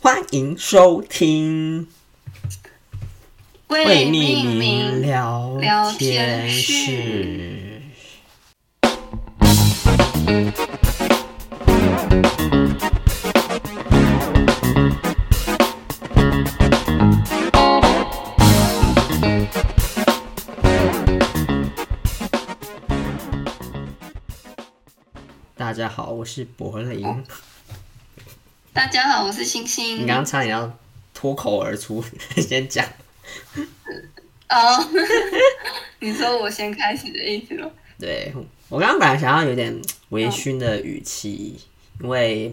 欢迎收听为匿命名名聊聊天天室室。大家好，我是柏林。大家好，我是星你星。刚刚差点要脱口而出， 先讲。 哦，你说我先开始的意思吗？对嗯我刚刚本来想要有点微醺的语气，因为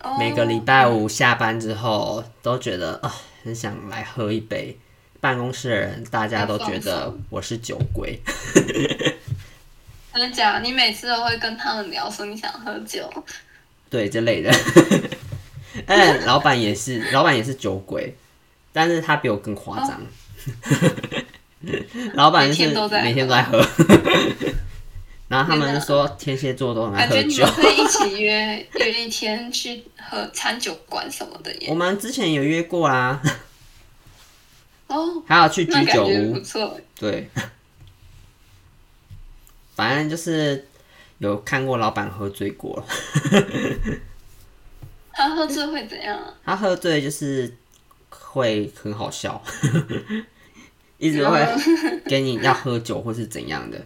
哦每个礼拜五下班之后都觉得啊、很想来喝一杯。办公室的人大家都觉要放得我是酒鬼，真的假的？你每次都会跟他们聊说你想喝酒，对这类的。 嗯，老板也 是，老板也是酒鬼，但是他比我更夸 张。老板就是哦每天都在喝每天都在喝， 然后他们就说天蝎座都很爱感喝觉你酒们。可以一起约约一天去喝餐酒馆什么的我耶。们之前有约过啦，哦，还有去居那感酒觉屋不，错。对，反正就是有看过老板喝醉过了。他喝醉会怎样啊？他喝醉就是会很好笑， 一直 然后会给你要喝酒或是怎样的。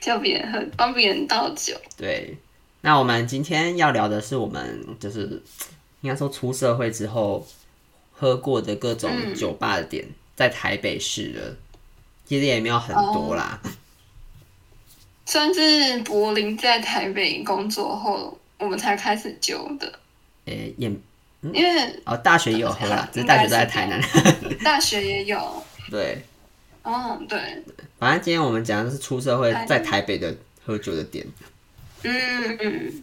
叫别人喝，帮别人倒酒。对，那我们今天要聊的是我们就是应该说出社会之后喝过的各种嗯酒吧的点，在台北市的，其实也没有很多啦。算是柏林在台北工作后，我们才开始揪的，诶、也因为哦，大学也有喝啦，只是大学都在台南。大学也有。 对，哦，对，反正今天我们讲的是出社会台南在台北的喝酒的点。嗯嗯，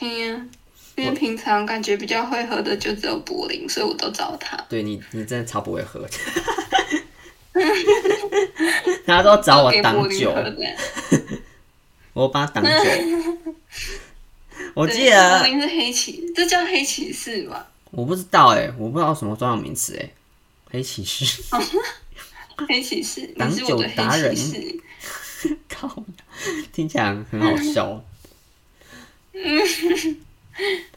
嗯，因为平常感觉比较会喝的就只有柏林，所以我都找他。对你，你真的超不会喝。 他都找我给柏挡林酒喝，的。我帮他挡 酒。我对记柏得，林是黑骑，这叫黑骑士吧？我不知道哎、我不知道什么专有名词哎、黑骑士， 黑骑士，挡你是我的酒达黑人骑士。靠，听起来很好笑。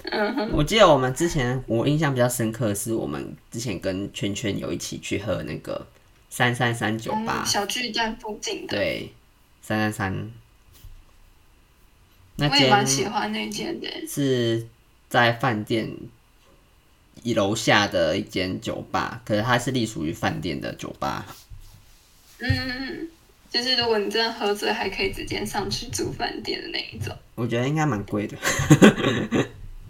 嗯哼，我记得我们之前，我印象比较深刻的是，我们之前跟圈圈有一起去喝那个三三三酒吧嗯，小巨蛋附近的，对，三三三。那我也蛮喜间欢那间的。是在饭店一楼下的一间酒吧，可是它是隶属于饭店的酒吧。嗯嗯，嗯就是如果你真的喝醉，还可以直接上去住饭店的那一种，我觉得应该蛮贵的。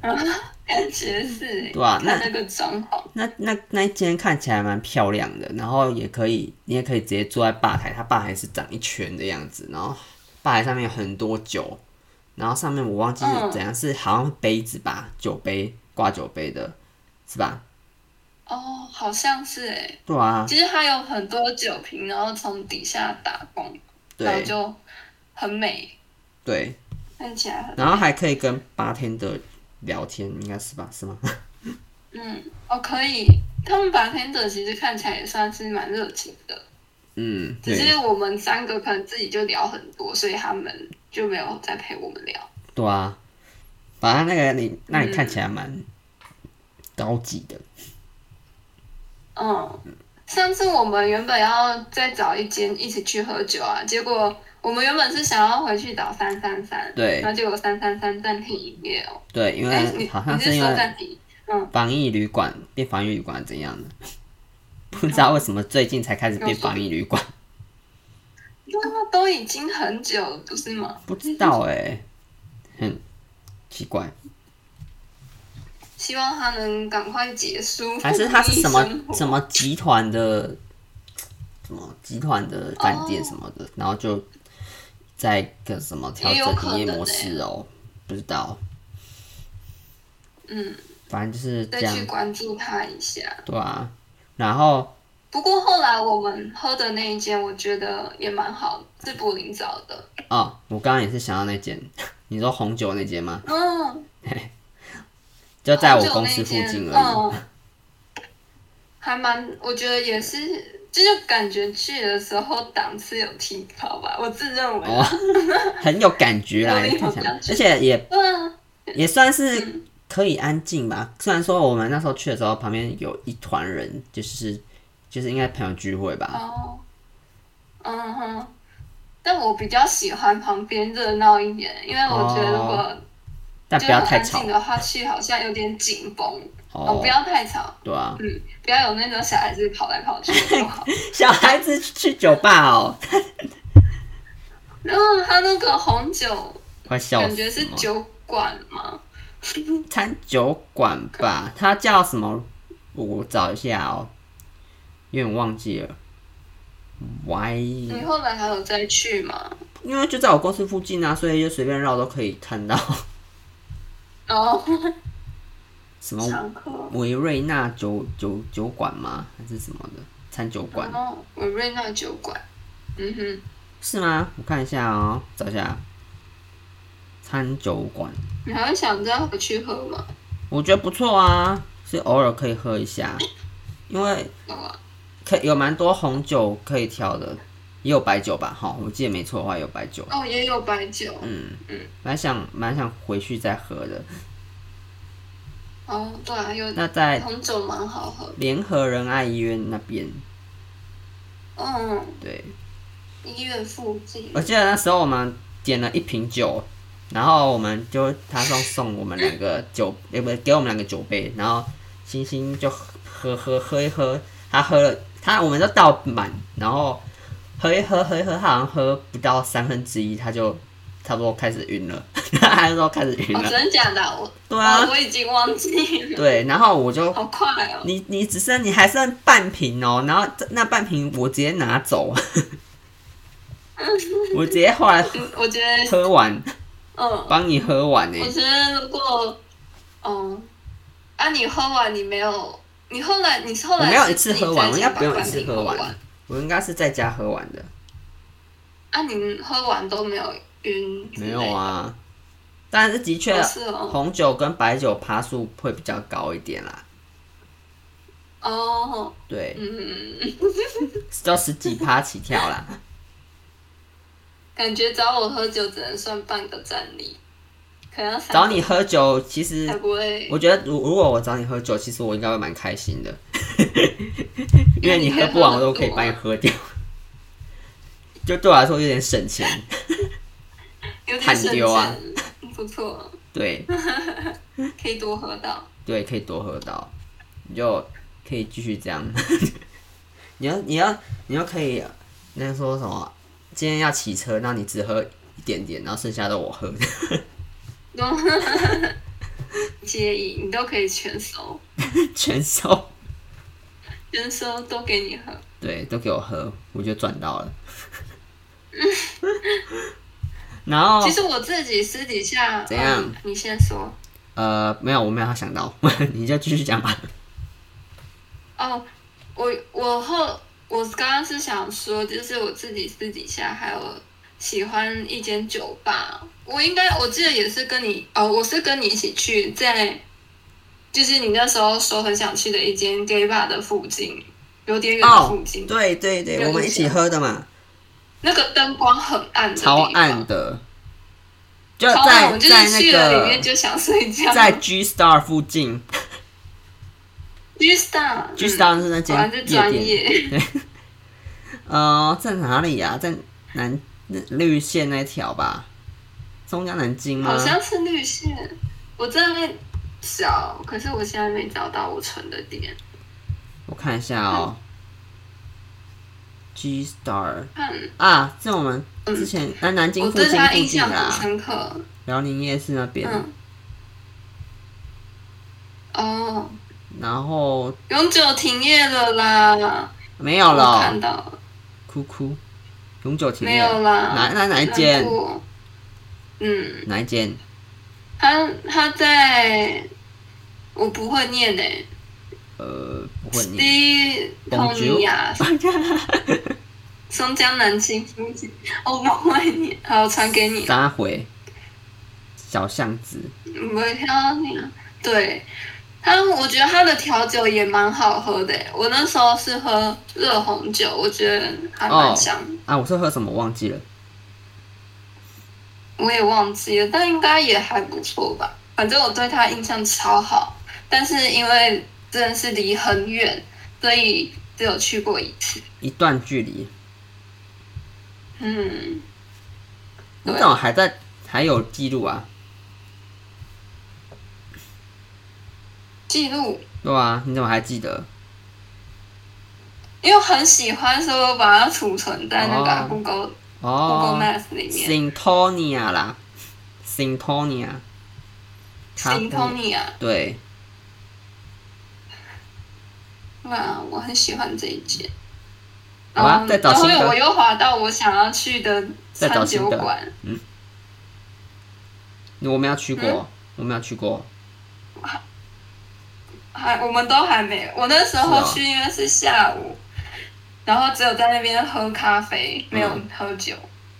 感觉是 欸。对啊那看那个装潢，那那那一间看起来蛮漂亮的，然后也可以，你也可以直接坐在吧台，它吧台是长一圈的样子，然后吧台上面有很多酒，然后上面我忘记是嗯怎样，是好像杯子吧，酒杯挂酒杯的，是吧？哦，好像是哎、对啊，其实它有很多酒瓶，然后从底下打光，然后对就很美，对，看起来很然后还可以跟八天的聊天，应该是吧？是吗？嗯哦可以。他们 bartender 其实看起来也算是蛮热情的，嗯，只对是我们三个可能自己就聊很多，所以他们就没有再陪我们聊。对啊，反正那个你那你看起来蛮高级的，嗯，上次我们原本要再找一间一起去喝酒啊，结果我们原本是想要回去找三三三，对然后结果三三三暂停营业哦。对，因哎、你为好像你是是因说为。暂停？防疫旅馆变防疫旅馆怎样呢？ 不知道为什么最近才开始变防疫旅馆，那都已经很久了，不是吗？不知道哎、很奇怪。希望他能赶快结 束。还是它是什么生活什么集团的，什么集团的饭哦店什么的，然后就在一个什么调也有整可能欸营业模式哦、不知道。嗯，反正就是这再样去，关注他一下。对啊。然后不过后来我们喝的那一间，我觉得也蛮好的，是柏林找的。 哦，我刚刚也是想到那间，你说红酒那间吗？嗯，哦就在我就公那司一附间，近而已。嗯，还蛮，我觉得也是，这就感觉去的时候档次有提高吧，我自认为。哦，很有感觉啦，有那种看起来感，觉而且也嗯，也算是可以安静吧。虽然说我们那时候去的时候，旁边有一团人，就是就是应该朋友聚会吧。哦，嗯哼，但我比较喜欢旁边热闹一点，因为我觉得如果但哦不就是要很太安吵静的话，去好像有点紧绷。哦，哦不，要太吵，对啊，嗯，不要有那种小孩子跑来跑去就好。小孩子去酒吧哦，然后他那个 红酒，快笑死感了！觉是酒馆嘛，餐酒馆吧，它叫什么？我找一下哦，有点忘记了。Y，你后来还有再去吗？因为就在我公司附近啊，所以就随便绕都可以看到 哦，什么上课。维瑞纳酒酒酒馆吗？还是什么的餐酒馆？哦，维瑞纳酒馆。嗯哼，是吗？我看一下哦，找一下餐酒馆，你还会想再回去喝吗？我觉得不错啊，是偶尔可以喝一下，因为有啊。可以有蛮多红酒可以挑的，也有白酒吧，哈，我记得没错的话有白酒。哦，也有白酒。嗯嗯，蛮想蛮想回去再喝的。哦，对啊，有那在红酒蛮好喝。联合仁爱医院那边，嗯，对，医院附近。我记得那时候我们点了一瓶酒，然后我们就他送送我们两个酒，也不是给我们两个酒杯，然后星星就喝喝喝一喝，他喝了他我们都倒满，然后喝一喝喝一喝，他好像喝不到三分之一，他就差不多开始晕了， 他就说开始晕哦，了，真的假的啊？我对啊哦，我已经忘记了，对，然后我就好快哦。你你只剩你还剩半瓶哦，然后这那半瓶我直接拿走， 我直接后来嗯，我觉得，喝完，嗯，帮你喝完欸呢、我觉得如果，嗯，啊，你喝完你没有，你后来你后我来没有是一次自己喝在完，家我应该不用把一次罐喝头喝完，我应该是在家喝完的，啊，你喝完都没有晕？没有？啊。但是的确哦，是哦，红酒跟白酒趴数会比较高一点啦，哦，对，嗯，就十几趴起跳啦。感觉找我喝酒只能算半个战力，可能要三找你喝酒，其 实才不会我，觉得如如果我找你喝酒，其实我应该会蛮开心的， 因为你因为你喝不完，喝很我都可以多啊帮你喝掉，就对我来说有点省钱。有点坦省丢啊钱，不错，对可以多喝到。 对，可以多喝到，你就可以继续这样。 你要你要你要可以，那个说什么？今天要骑车，那你只喝一点点，然后剩下的我喝。 都介意，你都可以全收，全收，全收都给你喝。对，都给我喝，我就赚到了。 然后其实我自己私底下哦怎样嗯你先说呃，没有，我没有想到， 你就继续讲吧。哦。我我后我刚刚是想说，就是我自己私底下还有喜欢一间酒吧，我应该我记得也是跟你哦，我是跟你一起去在，就是你那时候说很想去的一间 gay bar 的附近，有点远的哦附近，对对对，有我们印一起象喝的嘛，那个灯光很暗的地超方，暗的，就超在我们就是在那去了里面个就嗯想睡觉。在 G Star 附近 G Star ，G Star 是那果然间是夜专店， 业，呃，在哪里呀？在南那绿线那条吧，中央南京吗好？像是绿线。我在那找，可是我现在没找到我存的点。我看一下哦，G Star 看，啊，是我们之前在南京嗯我附对近他附印近象很啦，深刻。辽宁夜市那边，嗯，哦，然后永久停业了啦，没有我了看。到了哭哭，永久停业没有啦哪哪哪一难间？过。嗯，哪一间？他他在，我不会念欸诶、呃，不会欸、你。 ，C 蹦通尼迪亚 松江南京附近，哦，我会你，好，传给你，三回，小巷子，我会看到你，对，它我觉得它的调酒也蛮好喝的耶。欸我那时候是喝热红酒，我觉得还蛮香的啊，我是喝什么忘记了。我也忘记了，但应该也还不错吧。反正我对他印象超好，但是因为真的是离很远，所以只有去过一次。一段距离，嗯，你对怎么还在还有记录啊？记录，对啊，你怎么还记得？因为很喜欢，所以我把它储存在那哦个 Google、哦 Google Maps 里面。 ，Sintonia 啦，Sintonia，它 Sintonia，对，哇，嗯我很喜欢这一间。好啊嗯再找然后新的我又滑到我想要去的再找餐新酒的馆，我没有去过，嗯我没有去过。还我们都还没，我那时候是哦去因为是下午，然后只有在那边喝咖啡，没有嗯喝酒，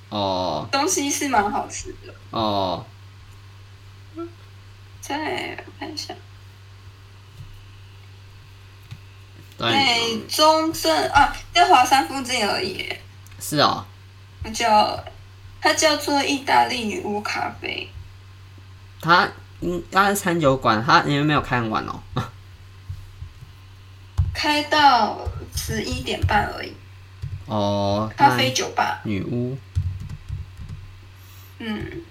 哦东西是蛮好吃的。哦，在我看一下，对，在中正啊，在华山附近而已，是哦，叫它叫做意大利女巫咖啡。它应它嗯是餐酒馆，它你们没有看完哦。开到十一点半而已，哦，咖啡酒吧，那女巫， 嗯，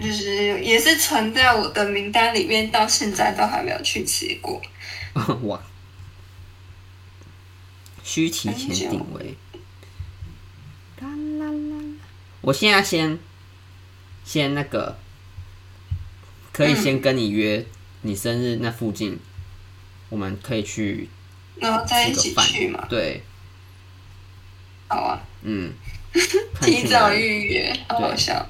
就是也是存在我的名单里面，到现在都还没有去吃过。哇，虚提前定位。啦啦啦！我现在先先那个，可以先跟你约你生日那附近，我们可以去然后再一吃起个饭去嘛。，对，好啊， 嗯，看去提哪早里，预约，好好笑。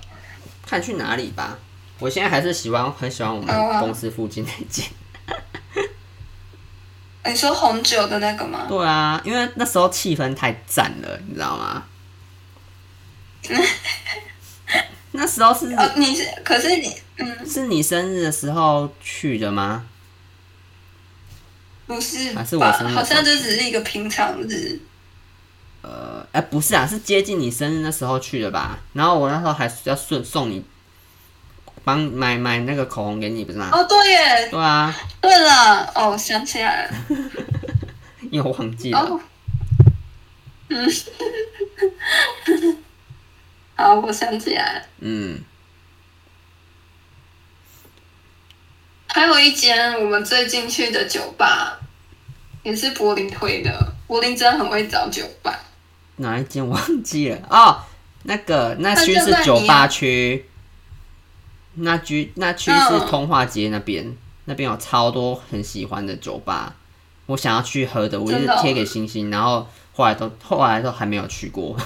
看去哪里吧。我现在还是喜欢很喜欢我好们啊公司附近那间。哎你说红酒的那个吗？对啊，因为那时候气氛太赞了，你知道 吗？那时候是哦，你是，可是你，嗯，是你生日的时候去的吗？不是还是我吧？生日好像就只是一个平常日。呃，哎、不是啊，是接近你生日那时候去的吧？然后我那时候还要顺送你，帮买买那个口红给你，不是吗？哦，对耶，对啊，对了，哦，想起来哎了，因为我忘记了。哦，嗯， 好，我想起来了。嗯，还有一间我们最近去的酒吧，也是柏林推的。柏林真的很会找酒吧，哪一间忘记了？哦，那个那区那就是在酒你吧啊区，那区那区是嗯通化街那边，那边有超多很喜欢的酒吧，我想要去喝的，我一真直的哦贴给星星，然后后来都后来都还没有去过。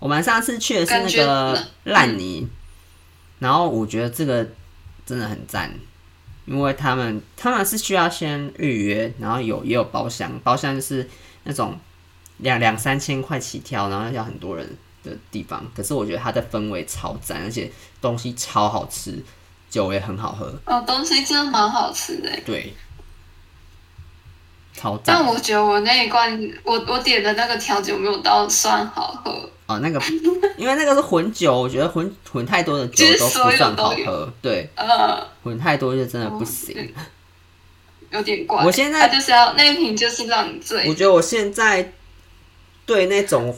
我们上次去的是感那觉个嗯烂泥，然后我觉得这个真的很赞，因为他们他们是需要先预约，然后有也有包厢，包厢就是那种两两三千块起跳，然后要很多人的地方。可是我觉得它的氛围超赞，而且东西超好吃，酒也很好喝，哦，东西真的蛮好吃的。对，超但赞我觉得我那一罐，我我点的那个调酒没有到算好喝，哦！那个因为那个是混酒，我觉得混混太多的酒就是都不所有算都好有喝，对，呃，混太多就真的不行。哦对有点怪。我现在它就是要那一瓶就是让你我醉，觉得我现在对那种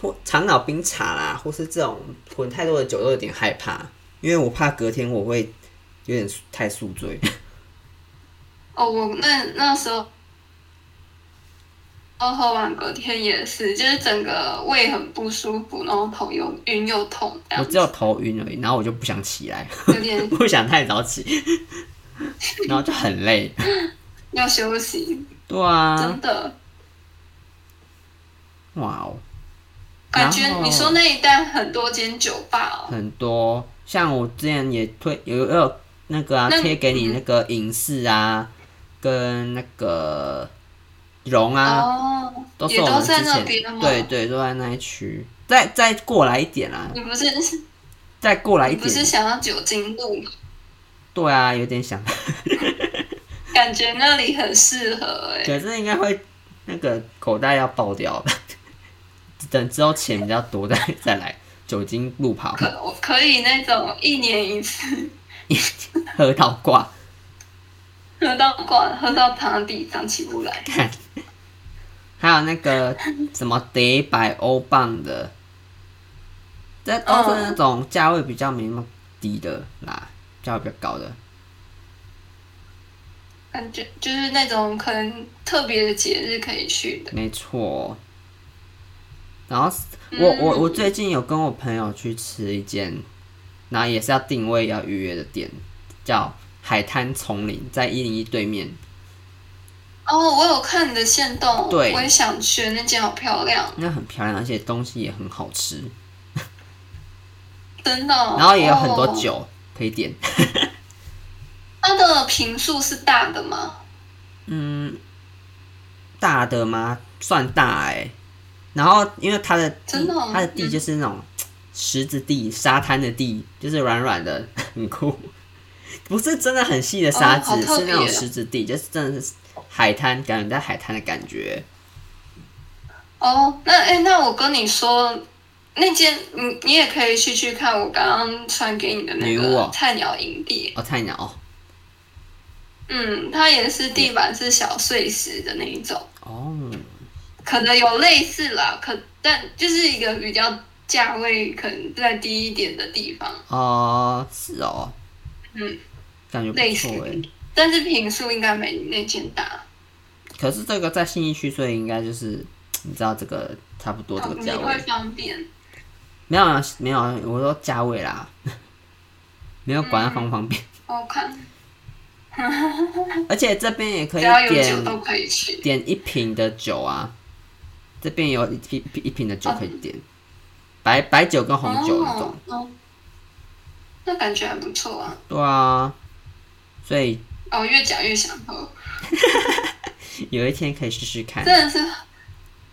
或长岛冰茶啦，或是这种混太多的酒都有点害怕，因为我怕隔天我会有点太宿醉。哦，我那那时候。然后喝完隔天也是，就是整个胃很不舒服，然后头又晕又痛，这我样只有头晕而已，然后我就不想起来，有点不想太早 起，然后就很累。要休息，对 啊真，的。哇哦，感觉然后你说那一带很多间酒吧哦，很多像我之前也推有有那个啊那嗯贴给你那个影视啊，跟那个荣啊，哦，都是也我都们之在那前边哦吗？对，对，都在那一区。再再过来一点啦，你不是再过来一你不是点，想要酒精路吗？对啊，有点想，感觉那里很适合哎、可是应该会那个口袋要爆掉吧？等之后钱比较多再再来酒精路跑可我可以那种一年一次喝到挂，喝到挂，喝到躺地上起不来。看，还有那个什么得百欧镑的，这都嗯是那种价位比较没那么低的啦，价位比较高的。感觉就是那种可能特别的节日可以去的，没错。然后我我我最近有跟我朋友去吃一间，然后也是要定位要预约的店，叫海滩丛林，在一零一对面。哦，我有看你的线动，对我也想去，那间好漂亮，那很漂亮，而且东西也很好吃，真的哦、然后也有很多哦。酒可以点。它的平数是大的吗？嗯，大的吗？算大哎、然后因为它的地真的哦，它的地就是那种石子地、沙滩的地，就是软软的，很酷。 不是真的很细的沙哦子，好特是那种别哦石子地，就是真的是海滩，感觉在海滩的感觉。哦，那哎、那我跟你说，那间你你也可以去去看我刚刚传给你的那女巫个哦菜鸟营地，哦，菜鸟哦，嗯，它也是地板是小碎石的那一种，哦，可能有类似啦，可但就是一个比较价位可能再低一点的地方，哦，是哦，嗯，感觉类不似错哎。，但是平数应该没那间大，可是这个在信义区，所以应该就是你知道这个差不多这个你价位。哦会方便。没有啊，没有啊，我说价位啦， 没有管它方不方便。我看而且这边也可嗯只以要有酒点都可以去，点一瓶的酒啊，这边有一瓶一瓶的酒可以点，白白酒跟红酒那种哦。哦，那感觉还不错啊。对啊，所以哦，越讲越想喝，有一天可以试试看。真的是，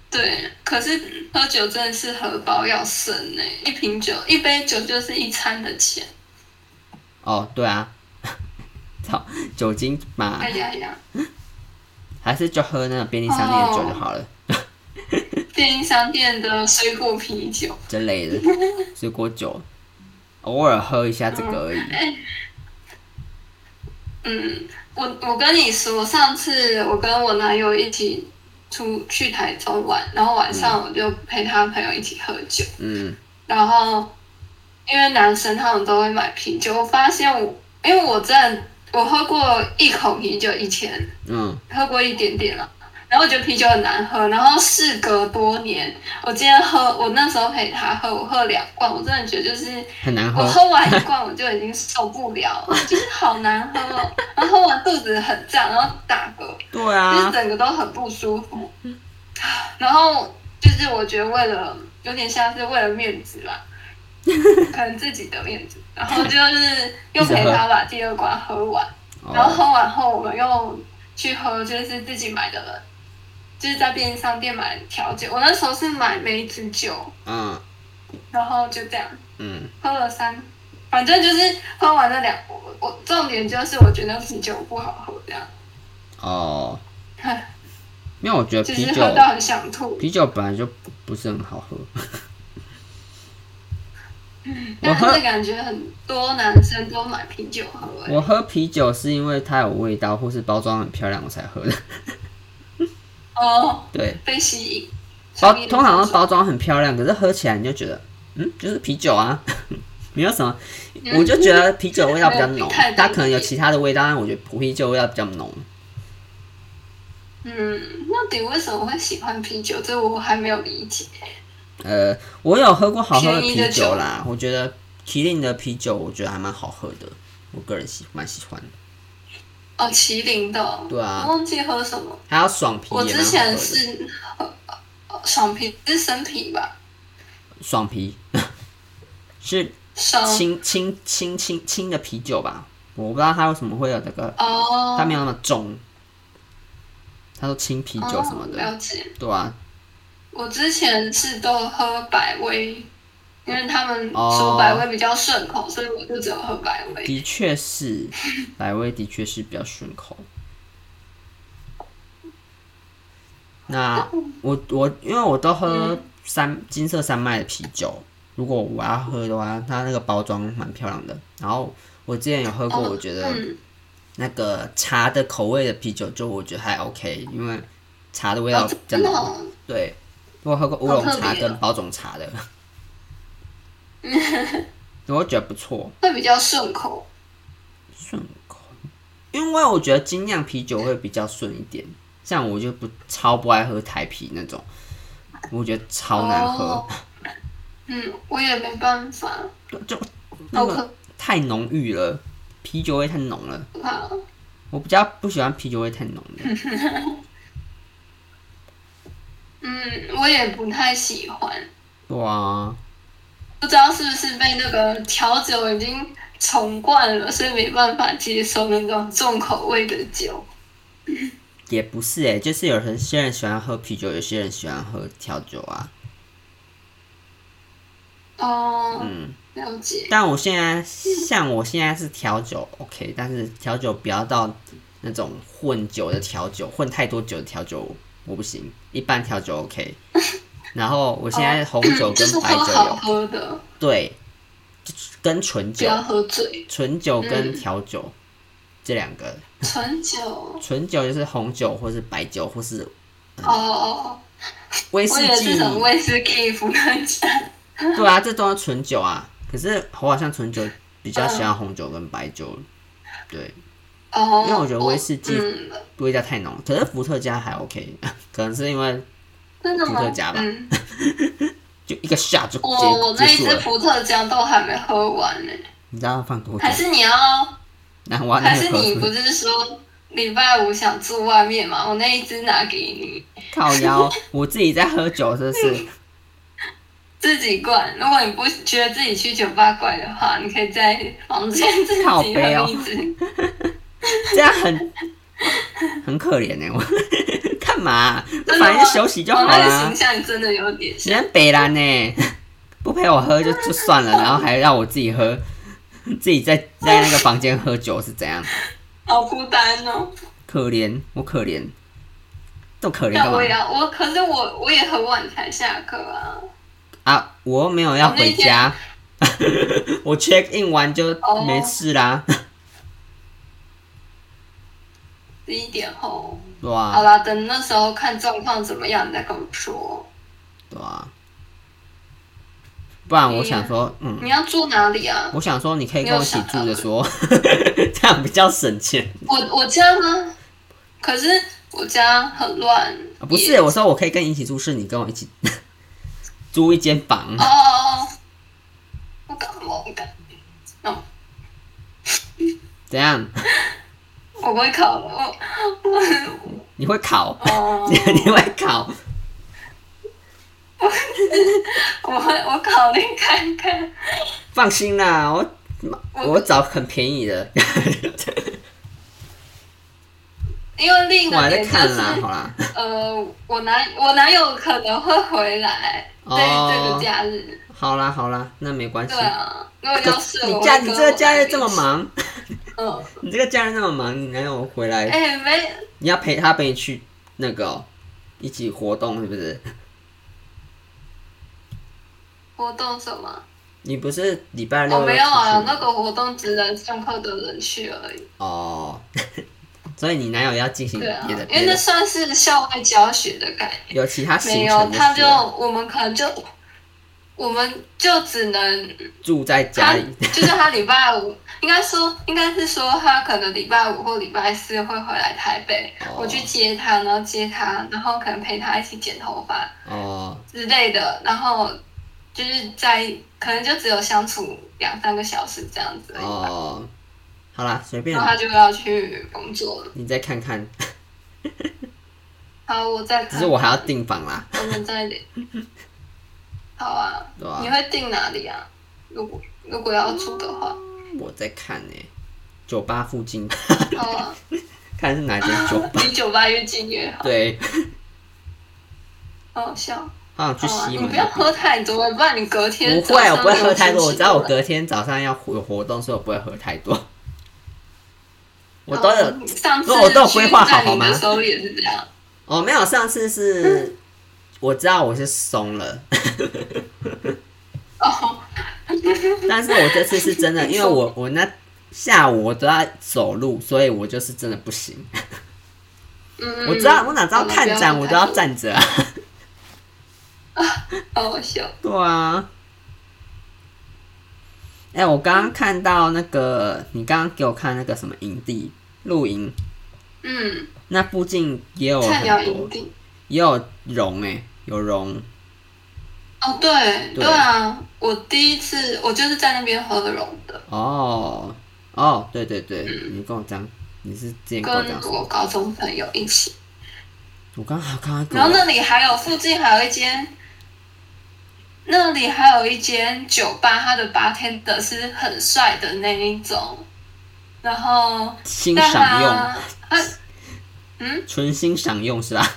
对。可是喝酒真的是荷包要省呢、一瓶酒，一杯酒就是一餐的钱。哦，对啊， 操，酒精嘛哎，呀呀，还是就喝那个便利商店的酒就好了，哦便利商店的水果啤酒，之类 的水果酒，偶尔喝一下这个而已。哎嗯，我我跟你说，上次我跟我男友一起出去台中玩，然后晚上我就陪他朋友一起喝酒。嗯，然后因为男生他们都会买啤酒，我发现我因为我真的我喝过一口啤酒，以前嗯，喝过一点点了。然后我觉得啤酒很难喝，然后事隔多年，我今天喝，我那时候陪他喝，我喝两罐，我真的觉得就是很难我喝。喝完一罐我就已经受不了，就是好难喝哦，然后喝完肚子很胀，然后打嗝，对就是啊，整个都很不舒服。然后就是我觉得为了有点像是为了面子啦，可能自己的面子，然后就是又陪他把第二罐喝完，然后哦，喝完后我们又去喝就是自己买的，就是在便利商店买的调酒，我那时候是买梅子酒，嗯然后就这样。嗯，喝了三，反正就是喝完那两，我我重点就是我觉得啤酒不好喝，这样， 哦，因为我觉得就啤是酒喝到很想吐。啤酒本来就不不是很好喝，我但喝是感觉很多男生都买啤酒喝、欸，我喝啤酒是因为它有味道或是包装很漂亮我才喝的。哦， 对，被吸引。包哦通常包装很漂亮，可是喝起来你就觉得，嗯，就是啤酒啊， 没有什么。嗯我就觉得啤酒味道比较浓没有太，它可能有其他的味道，但我觉得啤酒味道比较浓。嗯，到底为什么会喜欢啤酒？这我还没有理解。呃，我有喝过好喝的便宜啤的酒酒啦，我觉得麒麟的啤酒我觉得还蛮好喝的，我个人喜蛮喜欢的。哦，麒麟的哦、对啊我忘记喝什么。还有爽啤我也蛮之好喝前的，是喝呃爽啤，是生啤吧？爽啤 是爽清清清清清的啤酒吧，我不知道它为什么会有那个，哦，它没有那么重。他说清啤酒什么哦的，了解。对啊，我之前是都喝百威因为他们哦说百威比较顺口，所以我就只有喝百威。的确是，百威的确是比较顺口。那我我因为我都喝嗯三金色山脉的啤酒，如果我要喝的话，它那个包装蛮漂亮的。然后我之前有喝过，哦我觉得嗯，那个茶的口味的啤酒，就我觉得还 OK，因为茶的味道哦比较真的浓。哦，对，我喝过乌龙好特别茶哦跟包种茶的， 我觉得不错。会比较顺口。顺口，因为我觉得精酿啤酒会比较顺一点，像我就不超不爱喝台啤那种，我觉得超难喝，哦嗯，我也没办法，对就那好个可太浓郁了，啤酒味太浓了，怕。哦我比较不喜欢啤酒味太浓的。嗯，我也不太喜欢，对啊，不知道是不是被那个调酒已经宠惯了，所以没办法接受那种重口味的酒。也不是诶、就是有人些人喜欢喝啤酒，有些人喜欢喝调酒啊，哦，嗯。了解。但我现在像我现在是调酒 OK，但是调酒不要到那种混酒的调酒，混太多酒的调酒我不行，一般调酒 OK。然后我现在红酒哦就跟是喝白酒好有喝的，对，就是跟纯不酒要、喝醉。纯酒嗯跟调酒这两个，纯酒，哦纯酒就是红酒或是白酒或是哦，嗯威哦士我以为忌是，什么威士忌不能讲。 对啊，这都要纯酒啊。可是我好像纯酒比嗯较喜欢红酒跟白酒，对。哦，因为我觉得威士忌嗯，味道太浓，可是伏特加还 OK，可能是因为真的伏吗特加？吧 嗯，就一个下就我我结那一结束支了。伏特加都还没喝完呢，你知道要放多久还？是你要南瓜那还是你个不喝是说礼拜五想住外面吗？我那一只拿给你，靠腰，我自己在喝酒，真 是自己灌。如果你不觉得自己去酒吧灌的话，你可以在房间自己靠喝背哦一支。这样很很可怜呢。我 干嘛啊？真的吗反正休息就好哦那个啦形。象真的有点你像，很北兰呢，不陪我喝就就算了， 然后还让我自己喝，自己在在那个房间喝酒是怎样？好孤单哦。可怜，我可怜，都可怜但干嘛我也？要，我可是我我也很晚才下课啊。啊，我又没有要回家， 我 check in 完就哦没事啦。十一点后，对哦好啊，啦，等那时候看状况怎么样，你再跟我说。对啊，不然我想说，嗯，你要住哪里啊？我想说你可以跟我一起住你着有说， 这样比较省钱。我我家吗？可是我家很乱。啊不也是，我说我可以跟你一起住，是你跟我一起 租一间房哦。哦哦，我感冒，我感冒，哦，怎样？我不会考了，我 你会考？哦，你会考？我会我考虑看看，放心啦，我我找很便宜的。因为另一我还个在点看就 啦，好是，啦，呃，我男我男友可能会回来，哦在这个假日，好啦，好啦，那没关系对。啊，如果要是你我假会你跟这个我假男日友这么一起，忙， 嗯，你这个假日那么忙，你男友回来，哎，没，你要陪他陪你去那个哦、一起活动是不是？活动什么？你不是礼拜我六没有要啊，出去那个活动只能上课的人去而已。哦， 所以你男友要进行对别啊，的，因为嗯别那的算是校外教学的概念。有其他没行有，程的他事啊就了，我们可能就我们就只能住在他家里，就是他礼拜五，应该说应该是说他可能礼拜五或礼拜四会回来台北，哦我去接他，然后接他，然后可能陪他一起剪头发哦之类的，然后就是在可能就只有相处两三个小时这样子而已吧，哦，好啦，随便然后他就要去工作了。你再看看，好，我再只看是，我还要订房啦，我们 再聊。好啊，对吧、你会定哪里啊？如果如果要住的 话，我在看呢、酒吧附近， 好啊，看是哪间酒吧， 离酒吧越近越好。对，好好笑，好想去好啊西你门不要那边。喝太多，不然你隔天不会，我不会早上喝太多。就我有知道我精神了啊隔天早上要有活动，所以我不会喝太 多。我都有哦上次我都有规划好好吗去带你的时候也是这样，哦，没有，上次是我知道我是松了， 哦， 但是我这次是真的，因为我 我那下午我都在走路，所以我就是真的不行。嗯，我知道我哪知道好了看展我都要，不站着啊。要喝太多好好哦笑，对啊。哎、我刚刚看到那个，你刚刚给我看那个什么营地露营，嗯，那附近也有菜鸟很营多，地，也有榕哎、有榕，哦，对对对啊，我第一次我就是在那边喝融的，哦哦，对对对，你跟我讲，你是之前跟我跟讲什么，我高中朋友一起，我刚好刚刚跟然后我那里还有附近还有一间，那里还有一间酒吧，它的 bartender 是很帅的那一种，然后欣但赏他用，他纯欣赏用是吧？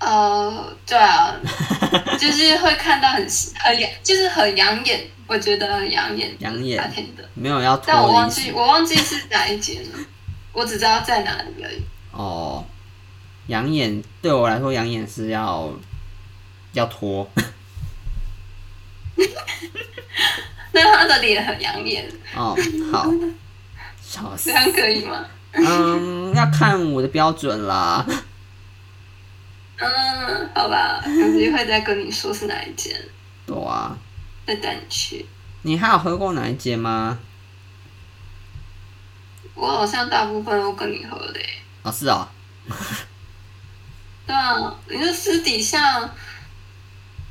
呃，对啊， 就是会看到很很养，就是很养眼，我觉得很养眼，养眼白天的。没有要但我脱忘离记是我忘记是哪一间了，我只知道在哪里而已。哦，养眼对我来说，养眼是要要脱但他的脸很养眼，哦，好，笑死这，样可以吗？嗯，要看我的标准啦。嗯，好吧，有机会再跟你说是哪一间，对啊，再带你去。你还有喝过哪一间吗？我好像大部分都跟你喝的耶、哦，是哦，对啊，你是私底下，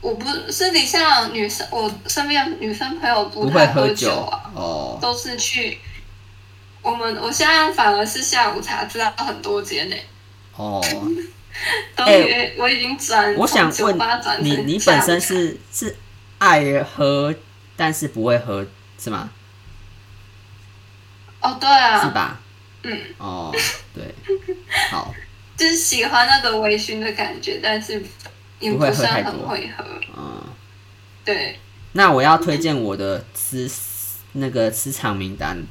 我不私底下女生，我身边的女生朋友不会太喝酒啊。哦，都是去我们，我现在反而是下午茶知道很多间呢、 哦，都哎约、我已经转，我想从问酒吧转成你，你下午本茶身是是爱喝，但是不会喝是吗？哦，对是啊，吧？嗯，哦，对，好，就是喜欢那个微醺的感觉，但是也不会喝太算多很会喝，嗯，对，那我要推荐我的私那个私藏名单，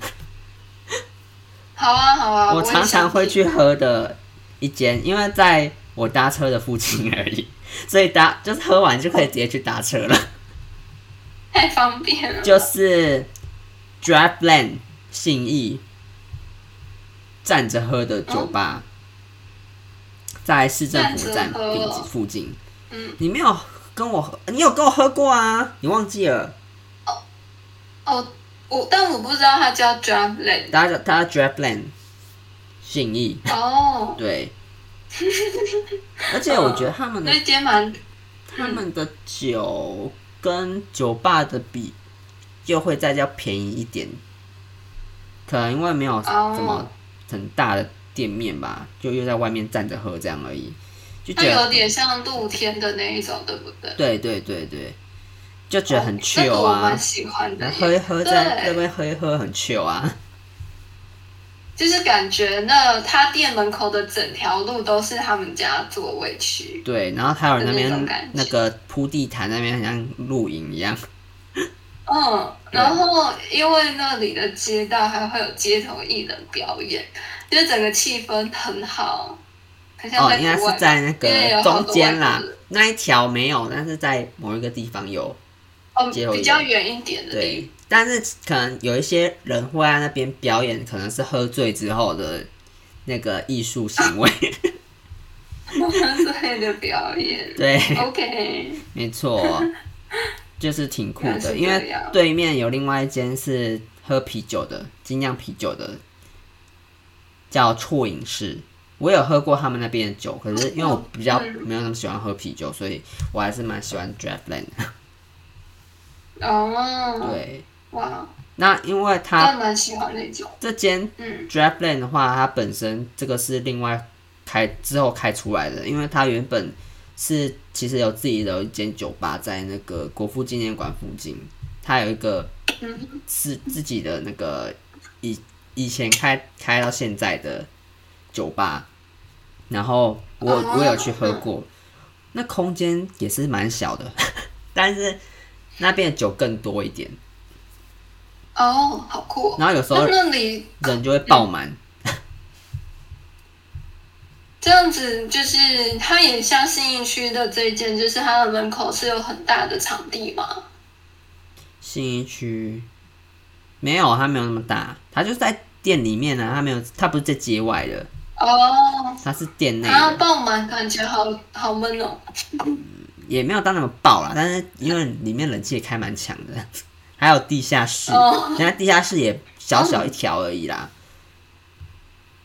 好啊好啊，我也常常想会听去喝的一间，因为在我搭车的附近而已，所以搭就是喝完就可以直接去搭车了，太方便了，就是 Drive Land 信义站着喝的酒吧，在市政府站哦站着喝附哦附近。嗯，你没有跟我喝，你有跟我喝过啊？你忘记了？哦，我但我不知道它叫 Drive Land 大家大家 Drive Land 信义。哦，对，而且我觉得 他们的那间蛮他们的酒跟酒吧的比，就会再较便宜一点，可能因为没有哦什么很大的店面吧，就又在外面站着喝这样而已，就它觉有得点像露天的那一种，对不对？对对对对，就觉得很那 chill 个我啊蛮，喜欢的然耶，后喝一喝在对那边喝一喝很 chill 啊，就是感觉那他店门口的整条路都是他们家座位区，对，然后还有人那那种感边觉那个铺地毯那边很像露营一样，嗯，然后因为那里的街道还会有街头艺人表演，就是整个气氛很好，很像哦，在应该国外是在那因为个有好中多间啦外国人，那一条没有，但是在某一个地方有。哦街头艺人比较远一点的地对，但是可能有一些人会在那边表演，可能是喝醉之后的那个艺术行 为。方之类的表演。 对， OK，没错，就是挺酷原来的。是因这为样对面有另外一间是喝啤酒的，精酿啤酒的，叫啜饮室。我有喝过他们那边的酒，可是因为我比较嗯没有那么喜欢喝啤酒，所以我还是蛮喜欢 Draftland 的。哦，对，哇，那因为它但蛮喜欢那种，这间嗯 Draftland 的话，它本身这个是另外开之后开出来的，因为它原本是其实有自己的一间酒吧在那个国父纪念馆附近，它有一个嗯，是自己的那个以以前开开到现在的酒吧，然后我哦我有去喝过，那空间也是蛮小的， 但是那边的酒更多一点，哦，好酷、哦。然后有时候那那里人就会爆满。这样子，就是它也像信义区的这一间，就是它的门口是有很大的场地嘛。信义区没有，它没有那么大，它就是在店里面啊，它没有，它不是在街外的，哦，它是店内啊，的，爆满，感觉好好闷哦。也没有到那么爆啦，但是因为里面冷气也开蛮强的，还有地下室，哦人家地下室也小小一条而已啦。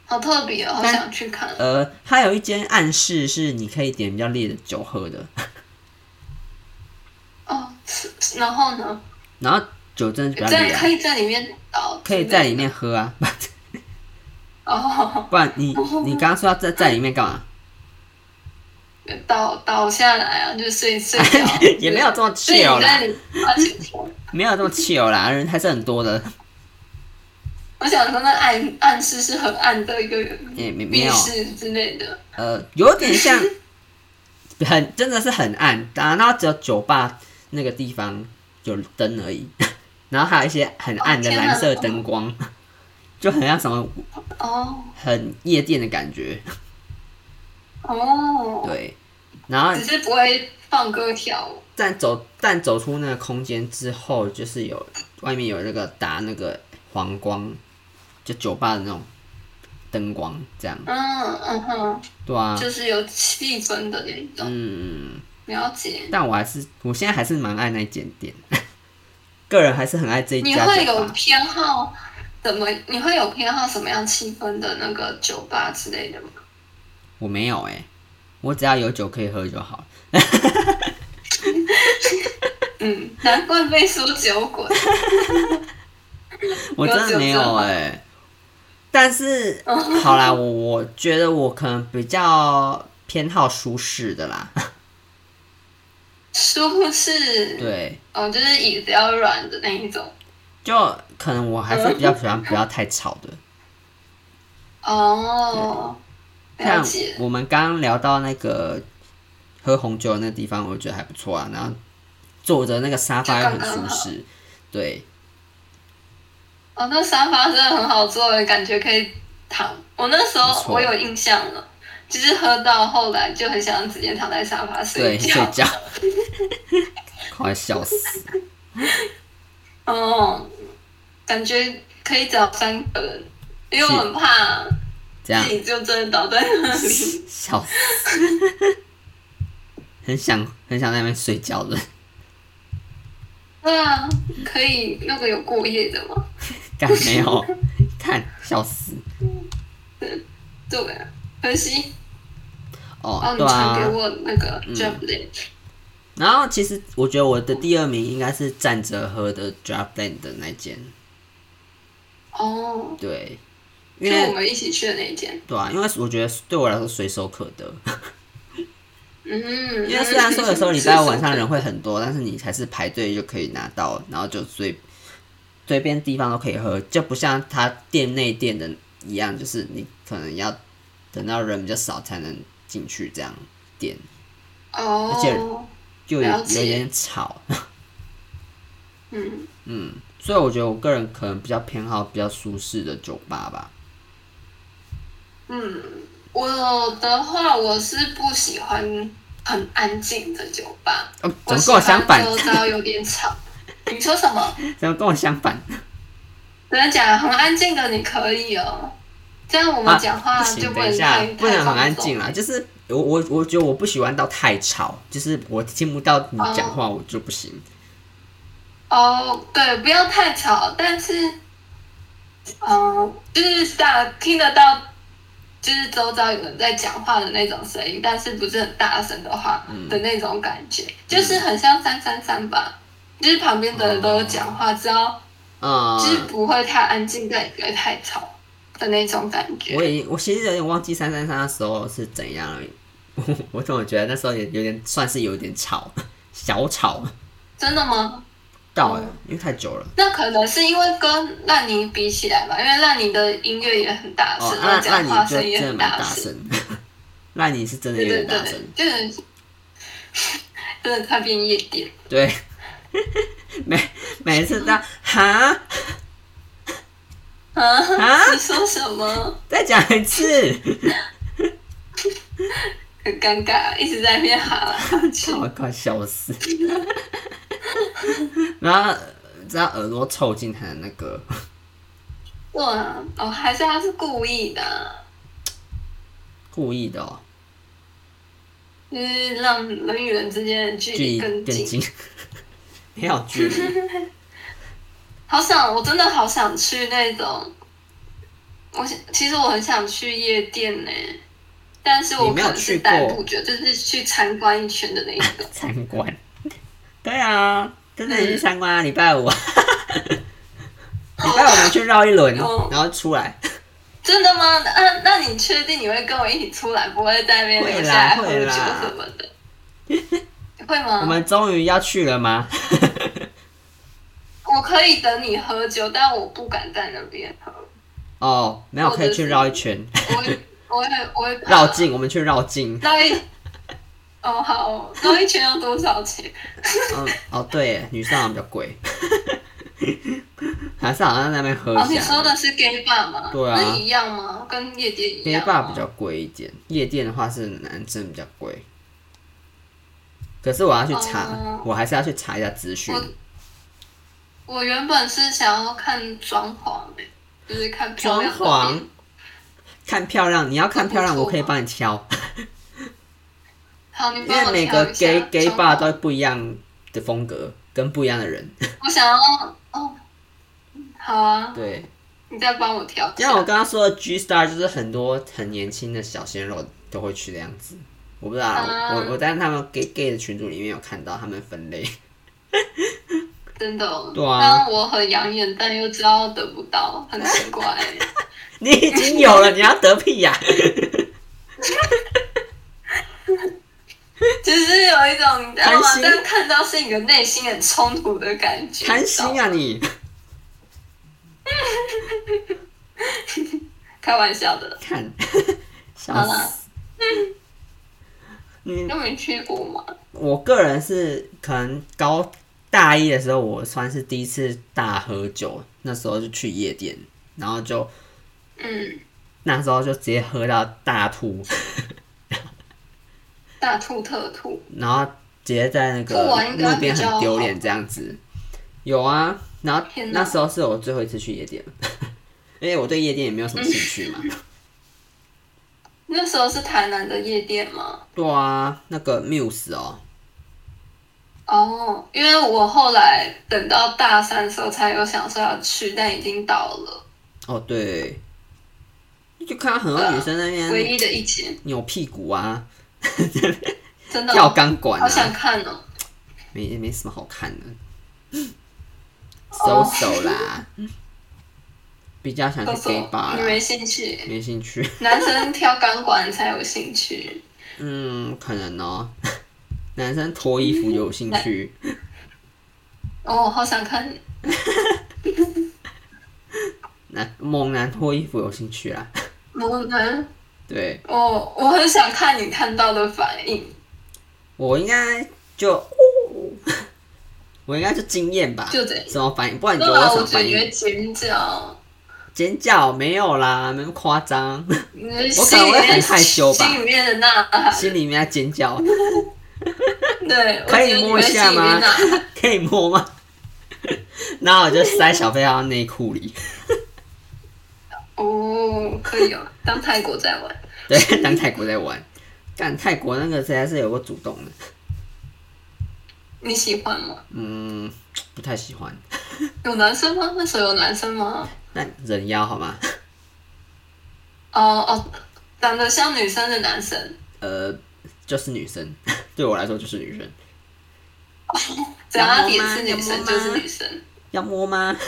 好特别哦，好但想去看。呃，它有一间暗室是你可以点比较烈的酒喝的，哦，是然后呢，然后酒真的比较在烈、可啊，以在里面哦，可以在里面喝啊，哦，不然你你刚刚说要在在里面干嘛？，倒倒下来啊，就睡睡觉 也没有这么所以 chill 你啦在，里而且没有这么 chill 啦，人还是很多的，我想说，那暗暗示是很暗的一个也没没密有。室之类的。呃，有点像，很真的是很暗，啊，然后只有酒吧那个地方有灯而已， 然后还有一些很暗的哦天哪蓝色灯光，就很像什么哦很夜店的感觉，哦，对。然后只是不会放歌跳舞。但走但走出那个空间之后，就是有外面有那个打那个黄光，就酒吧的那种灯光，这样嗯嗯哼，对啊，就是有气氛的那种。嗯。了解。但我还是，我现在还是蛮爱那间店， 个人还是很爱这一你家会酒有吧。偏好怎么？你会有偏好什么样气氛的那个酒吧之类的吗？我没有哎、我只要有酒可以喝就好。嗯，难怪被说酒 鬼。我真的没有哎、但是哦好啦，我我觉得我可能比较偏好舒适的啦。舒适，对，哦，就是椅子要软的那一种。就可能我还是比较喜欢不要太吵的。哦， 了像解。我们刚刚聊到那个喝红酒的那个地方，我觉得还不错啊。然后坐着那个沙发又很舒适，对，哦，那沙发真的很好坐耶，感觉可以躺。我那时没候错我有印象了，就是喝到后来就很想直接躺在沙发对，睡睡觉。 觉， 快笑死！哦，感觉可以找三个人，因为是我很怕这样自己就真的倒在 那里。笑死，很想很想在那边睡觉的， 对啊，可以那个有过夜的吗？干没有，看笑死对啊，可惜哦哦，，你对传给啊。我那个 job link，、然后其实我觉得我的第二名应该是站着喝的 Dropland 的那间，哦，对，因就我为们一起去的那一间。对啊，因为我觉得对我来说随手可得。嗯，因为虽然说有时候礼拜五晚上人人会很多，但是你还是排队就可以拿到，然后就随随便地方都可以喝，就不像他店内店的一样，就是你可能要等到人比较少才能进去这样点，哦，而且就有了有解点吵， 嗯，嗯，所以我觉得我个人可能比较偏好比较舒适的酒吧吧，嗯，我的话我是不喜欢很安静的酒吧，哦，怎么跟我相反？周遭有点吵。 你说什么？ 怎么跟我相反？人家讲很安静的你可以哦，这样我啊们讲话不就行，等能一下太、，不能很安静了。啦。就是我我我觉得我不喜欢到太吵，就是我听不到你讲话，我就不行。哦，对，不要太吵，但是，嗯、就是大听得到，就是周遭有人在讲话的那种声音，但是不是很大声的话、嗯的那种感觉，就是很像三三三吧，就是旁边的人都有讲话，只要哦嗯就是，不会太安静，但也不会太吵的那种感觉。我已经我其实有点忘记三三三的时候是怎样了。我我怎么觉得那时候也有点算是有点吵，小吵真的吗？到哦了，因为太久了。那可能是因为跟烂泥比起来吧，因为烂泥的音乐也很大声，哦，然那后那讲你话就声也真的很蛮大声。声，那你是真的有对点对大声对，。就是 真的快变夜店。对， 每每次到哈啊！你说什么？再讲一次，很尴尬，一直在那边喊来喊去。我快笑死。 然后只要耳朵凑近他的那个，哇，哦，还是他是故意的啊，故意的哦，就是让人与人之间的距距离离更更近。近， 没有距离。好想，我真的好想去那种。我想，其实我很想去夜店呢、但是我你没可有能是去代过步觉，就是去参观一圈的那一种。参 观。对啊，真的去参观啊！礼拜五， 礼拜五我们去绕一轮哦，然后出来。真的吗？那那你确定你会跟我一起出来，不会在那边留下来喝会啦会酒啦什么的？ 会吗？我们终于要去了吗？ 我可以等你喝酒，但我不敢在那边喝，哦，没有，或者可以去是绕一圈，我会 我会我会怕绕境，我们去绕境。绕一。哦好，绕一圈要多 少钱？嗯，哦对耶，女生好像比较贵， 还是好像在那边喝哦，一你说下。的是 gay bar 吗？啊对啊那一样吗？跟夜店一 gay 样 bar 吗。比较贵一点，夜店的话是男生比较贵。可是我要去查，哦我还是要去查一下资讯。我我原本是想要看装潢、欸，就是看漂装亮的潢店。，看漂亮，你要看漂亮，不错我可以帮你挑，好，你因帮我为每挑个一下 gay gay 装 bar 潢都不一样的风格，跟不一样的人。我想要哦，好啊，对，你再帮我调一就像我下。刚刚说的 G Star，就是很多很年轻的小鲜肉都会去的样子。我不知道啊，啊我我在他们 gay gay 的群组里面有看到他们分类。 真的、哦，对啊让我很养眼，但又知道得不到，很奇怪、 你已经有了，你要得屁 呀、就是有一种你知道贪吗？心但看到是你的内心很冲突的感觉，贪心你知道吗！啊你！开玩笑的， 看，笑好啦死！ 你你都没去过吗？嗯我个人是可能高大一的时候，我算是第一次大喝酒，那时候就去夜店，然后就嗯，那时候就直接喝到大吐，大吐特吐，然后直接在那个吐完应该路边比较很好丢脸这样子。有啊，然后天哪那时候是我最后一次去夜店， 因为我对夜店也没有什么兴趣 嘛。那时候是台南的夜店吗？对啊，那个 Muse 哦，哦，因为我后来等到大三的时候才有想说要去，但已经到了哦对，就看到很多女生在那啊唯边一的一间，扭屁股啊，真的哦跳钢管好啊，想看哦。没没什么好看的，收哦手啦。比较想都去说 gay bar 你啦，没兴趣，没兴趣。男生挑钢管才有兴趣。嗯，可能哦。 男生脱衣服有兴趣，哦，好想看，男猛男脱衣服有兴趣啦。我能，对哦，我很想看你看到的反应，我应该就， 我应该就惊艳吧，哦就这样什么反应？不然你那觉得我有什么啊我么觉得反你会应？尖叫，尖叫没有啦，没那么夸 张，你的我可心能里会面很害羞吧心里面的呐喊，心里面在尖叫，对，可以我觉得你摸一下会心里面吗呐喊可以摸吗？ 然后我就塞小飞到内裤里。哦，可以哦，当泰国在玩， 对，当泰国在玩，干泰国那个实在是有个主动的，你喜欢吗？嗯，不太喜欢。有男生吗？那时候有男生吗？那人妖好 吗？哦哦，长得像女生的男生，呃，就是女生， 对我来说就是女生。只要他有摸脸吗是有女摸生就是吗女生。要摸吗？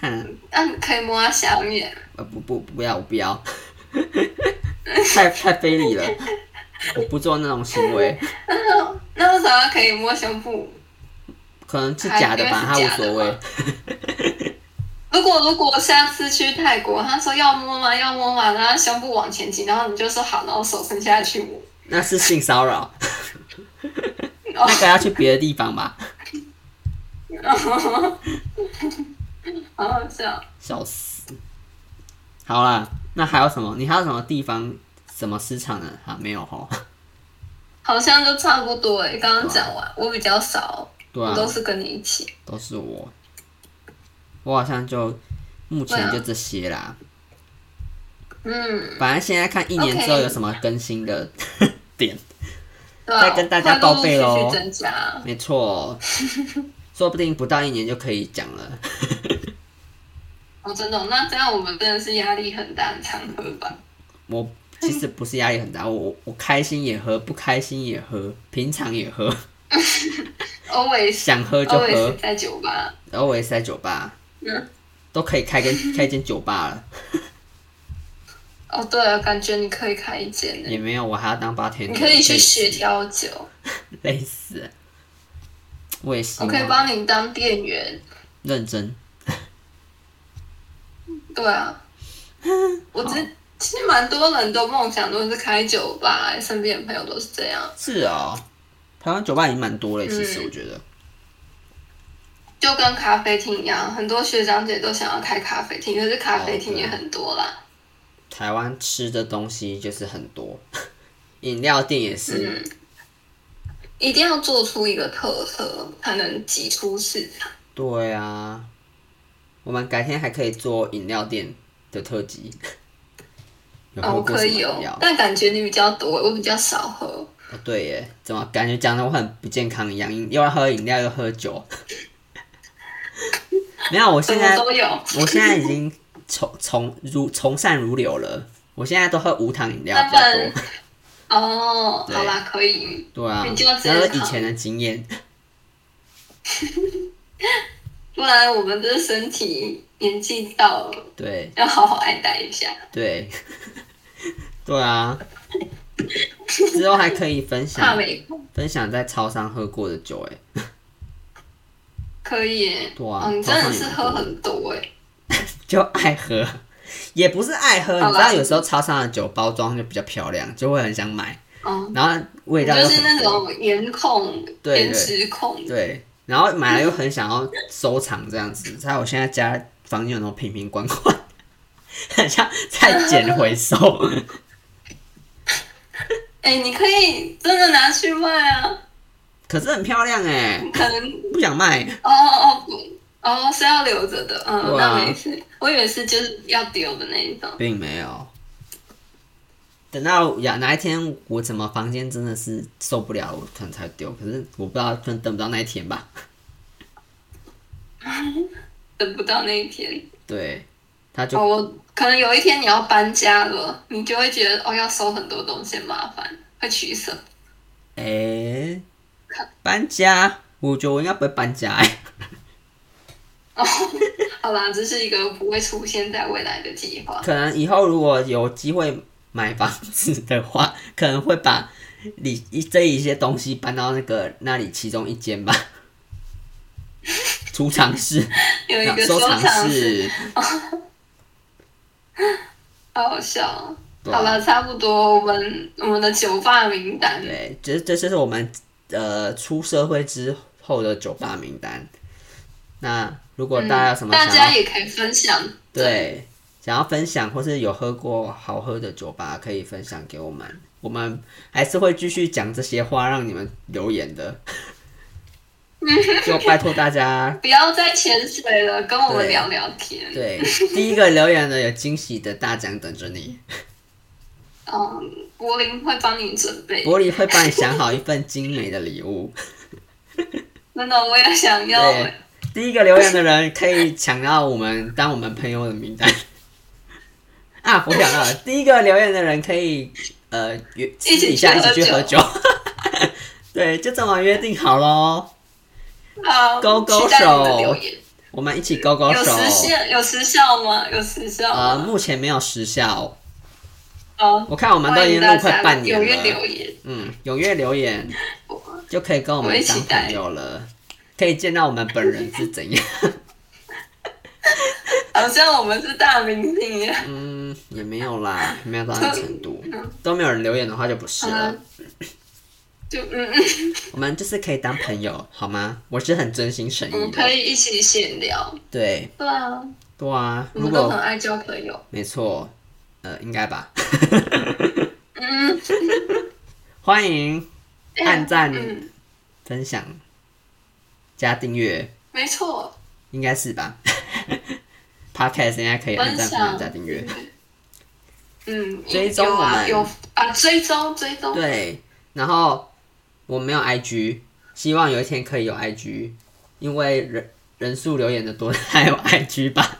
看，那你可以摸它下面，呃，不不不要，我不要， 太太非礼了，我不做那种行为，那为什么可以摸胸部？可能啊是假的吧，他还以无为是所谓。如果如果下次去泰国，他说要摸吗？要摸吗？然后胸部往前挤，然后你就说好，然后手伸下去摸。那是性骚扰，哦 那个要去别的地方吧，好好笑。笑死。好啦，那还有什么？你还有什么地方什么市场呢？啊，没有吼。好像就差不多诶，刚刚讲完，我比较少，对我啊，都是跟你一起。都是我，我好像就目前就这些啦。嗯，反正现在看一年 OK 之后有什么更新的 点，对啊，再跟大家报备咯快陆陆续续增加。没错，说不定不到一年就可以讲了。哦，真的哦，那这样我们真的是压力很大，很常喝吧？我其实不是压力很大，我我我开心也喝，不开心也喝，平常也喝， always 想喝就 always 喝在酒吧。 ，always 在酒吧嗯，都可以开间 开间酒吧了，哦，对了，感觉你可以开一间呢，也没有我还要当八天，你可以去累死学，调酒，累死。我也希我可以望帮你当店员。认真，对啊， 我之其实蛮多人都梦想都是开酒吧欸，身边的朋友都是这样。是哦，台湾酒吧已经蛮多了，其实嗯我觉得，就跟咖啡厅一样，很多学长姐都想要开咖啡厅，可是咖啡厅哦对也很多啦。台湾吃的东西就是很多， 饮料店也是，嗯，一定要做出一个特色，才能挤出市场。对啊，我们改天还可以做饮料店的特辑。有喝哦，过可什么以饮料？哦，但感觉你比较多，我比较少喝。哦对耶，怎么感觉讲的我很不健康一样，又要喝饮料又喝酒。 没有，我什现么在都有，我现在已经从从如从善如流了，我现在都喝无糖饮料那比不较然多。哦，对好啦，可以。对啊，比较那健是康以前的经验。不然我们这身体年纪到了，对要好好爱戴一下。对 对啊，之后还可以分怕享没空分享在超商喝过的酒，哎，可以耶。对啊哦你真的是早上也喝多很多哎。就爱喝，也不是爱喝，好你知啦道有时候超商的酒包装就比较漂亮，就会很想买。哦，然后味你道就又是那很多，种颜控、对颜值控对，然后买了又很想要收藏这样子，在我现在家房间有那种瓶瓶罐罐，很像在捡回 收，哎、你可以真的拿去卖啊！可是很漂亮哎、可能不想卖，哦哦哦不哦是要留着的，嗯，对啊那没事。我以为是就是要丢的那一种。并没有。等到呀哪一天我怎么房间真的是受不了，我可能才丢，可是我不知道，可能等不到那一天吧。等不到那一天对，他就哦，我可能有一天你要搬家了，你就会觉得哦要收很多东西很麻烦，会取舍。哎、搬家，我觉得我应该不会搬家哎、哦， 好啦，这是一个不会出现在未来的计划。可能以后如果有机会买房子的话，可能会把里一这一些东西搬到那个那里其中一间吧，储藏室、有 一个收藏藏室，室。好好笑哦。对啊好了，差不多，我们我们的酒吧名单对，这这这是我们呃出社会之后的酒吧名单。那如果大家有什么嗯大想要、家也可以分享。对想要分享或是有喝过好喝的酒吧，可以分享给我们，我们还是会继续讲这些话让你们留言的。就拜托大家，不要再潜水了，跟我们对聊聊天。对第一个留言的有惊喜的大奖等着你，嗯，柏林会帮你准备。玻璃会帮你想好一份精美的礼物。真的，我也想要对，第一个留言的人可以抢到我们当我们朋友的名单。啊，我想 到了，第一个留言的人可以呃约私底下一起去喝酒。 对，就这么约定好喽，好，勾勾期待你手的留言。我们一起勾勾有手。时效？有时效吗？有时效呃，吗？目前没有时效，好，啊我看我们都欢已迎经大录快家半年踊跃了。留言。嗯，踊跃留言就可以跟我我们也期当待朋友了，可以见到我们本人是怎样。好像我们是大明星啊一样。嗯，也没有啦，没有到那个程度，都没有人留言的话就不是了。嗯就嗯嗯，我们就是可以当朋友好吗？我是很真心诚我们意嗯可的。以一起闲聊。对对啊，对啊，我如们都很果爱交朋友。没错，呃，应该吧。 嗯，欢迎按赞、嗯，分享、加订阅，没错，应该是吧 ？Podcast 应该可以按分赞、分享享、加订阅。。嗯，追踪有我啊们有啊，追踪追踪。对，然后我没有 IG，希望有一天可以有 IG，因为人人数留言的多，还有 IG 吧。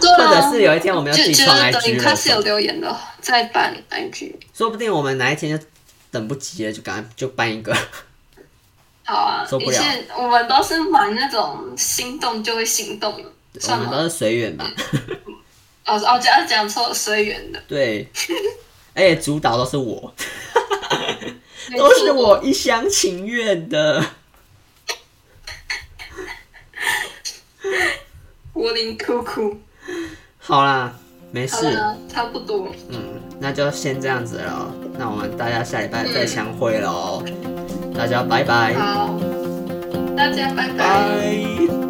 对或者啊，是有一天我们要自就己觉创得等 IG 你了开始有留言的，再办 IG。说不定我们哪一天就等不及了，就赶快就办一个。好啊，受不一了切我们都是玩那种心动就会行动的，我算们了。都是随缘吧。嗯哦哦，讲讲错随缘的， 对，而且主导都是我，没都是错我一厢情愿的。柏林哭哭。好啦，没好事，了，差不多，嗯，那就先这样子了。那我们大家下礼拜嗯再相会喽，大家拜拜，好，大家拜拜。拜。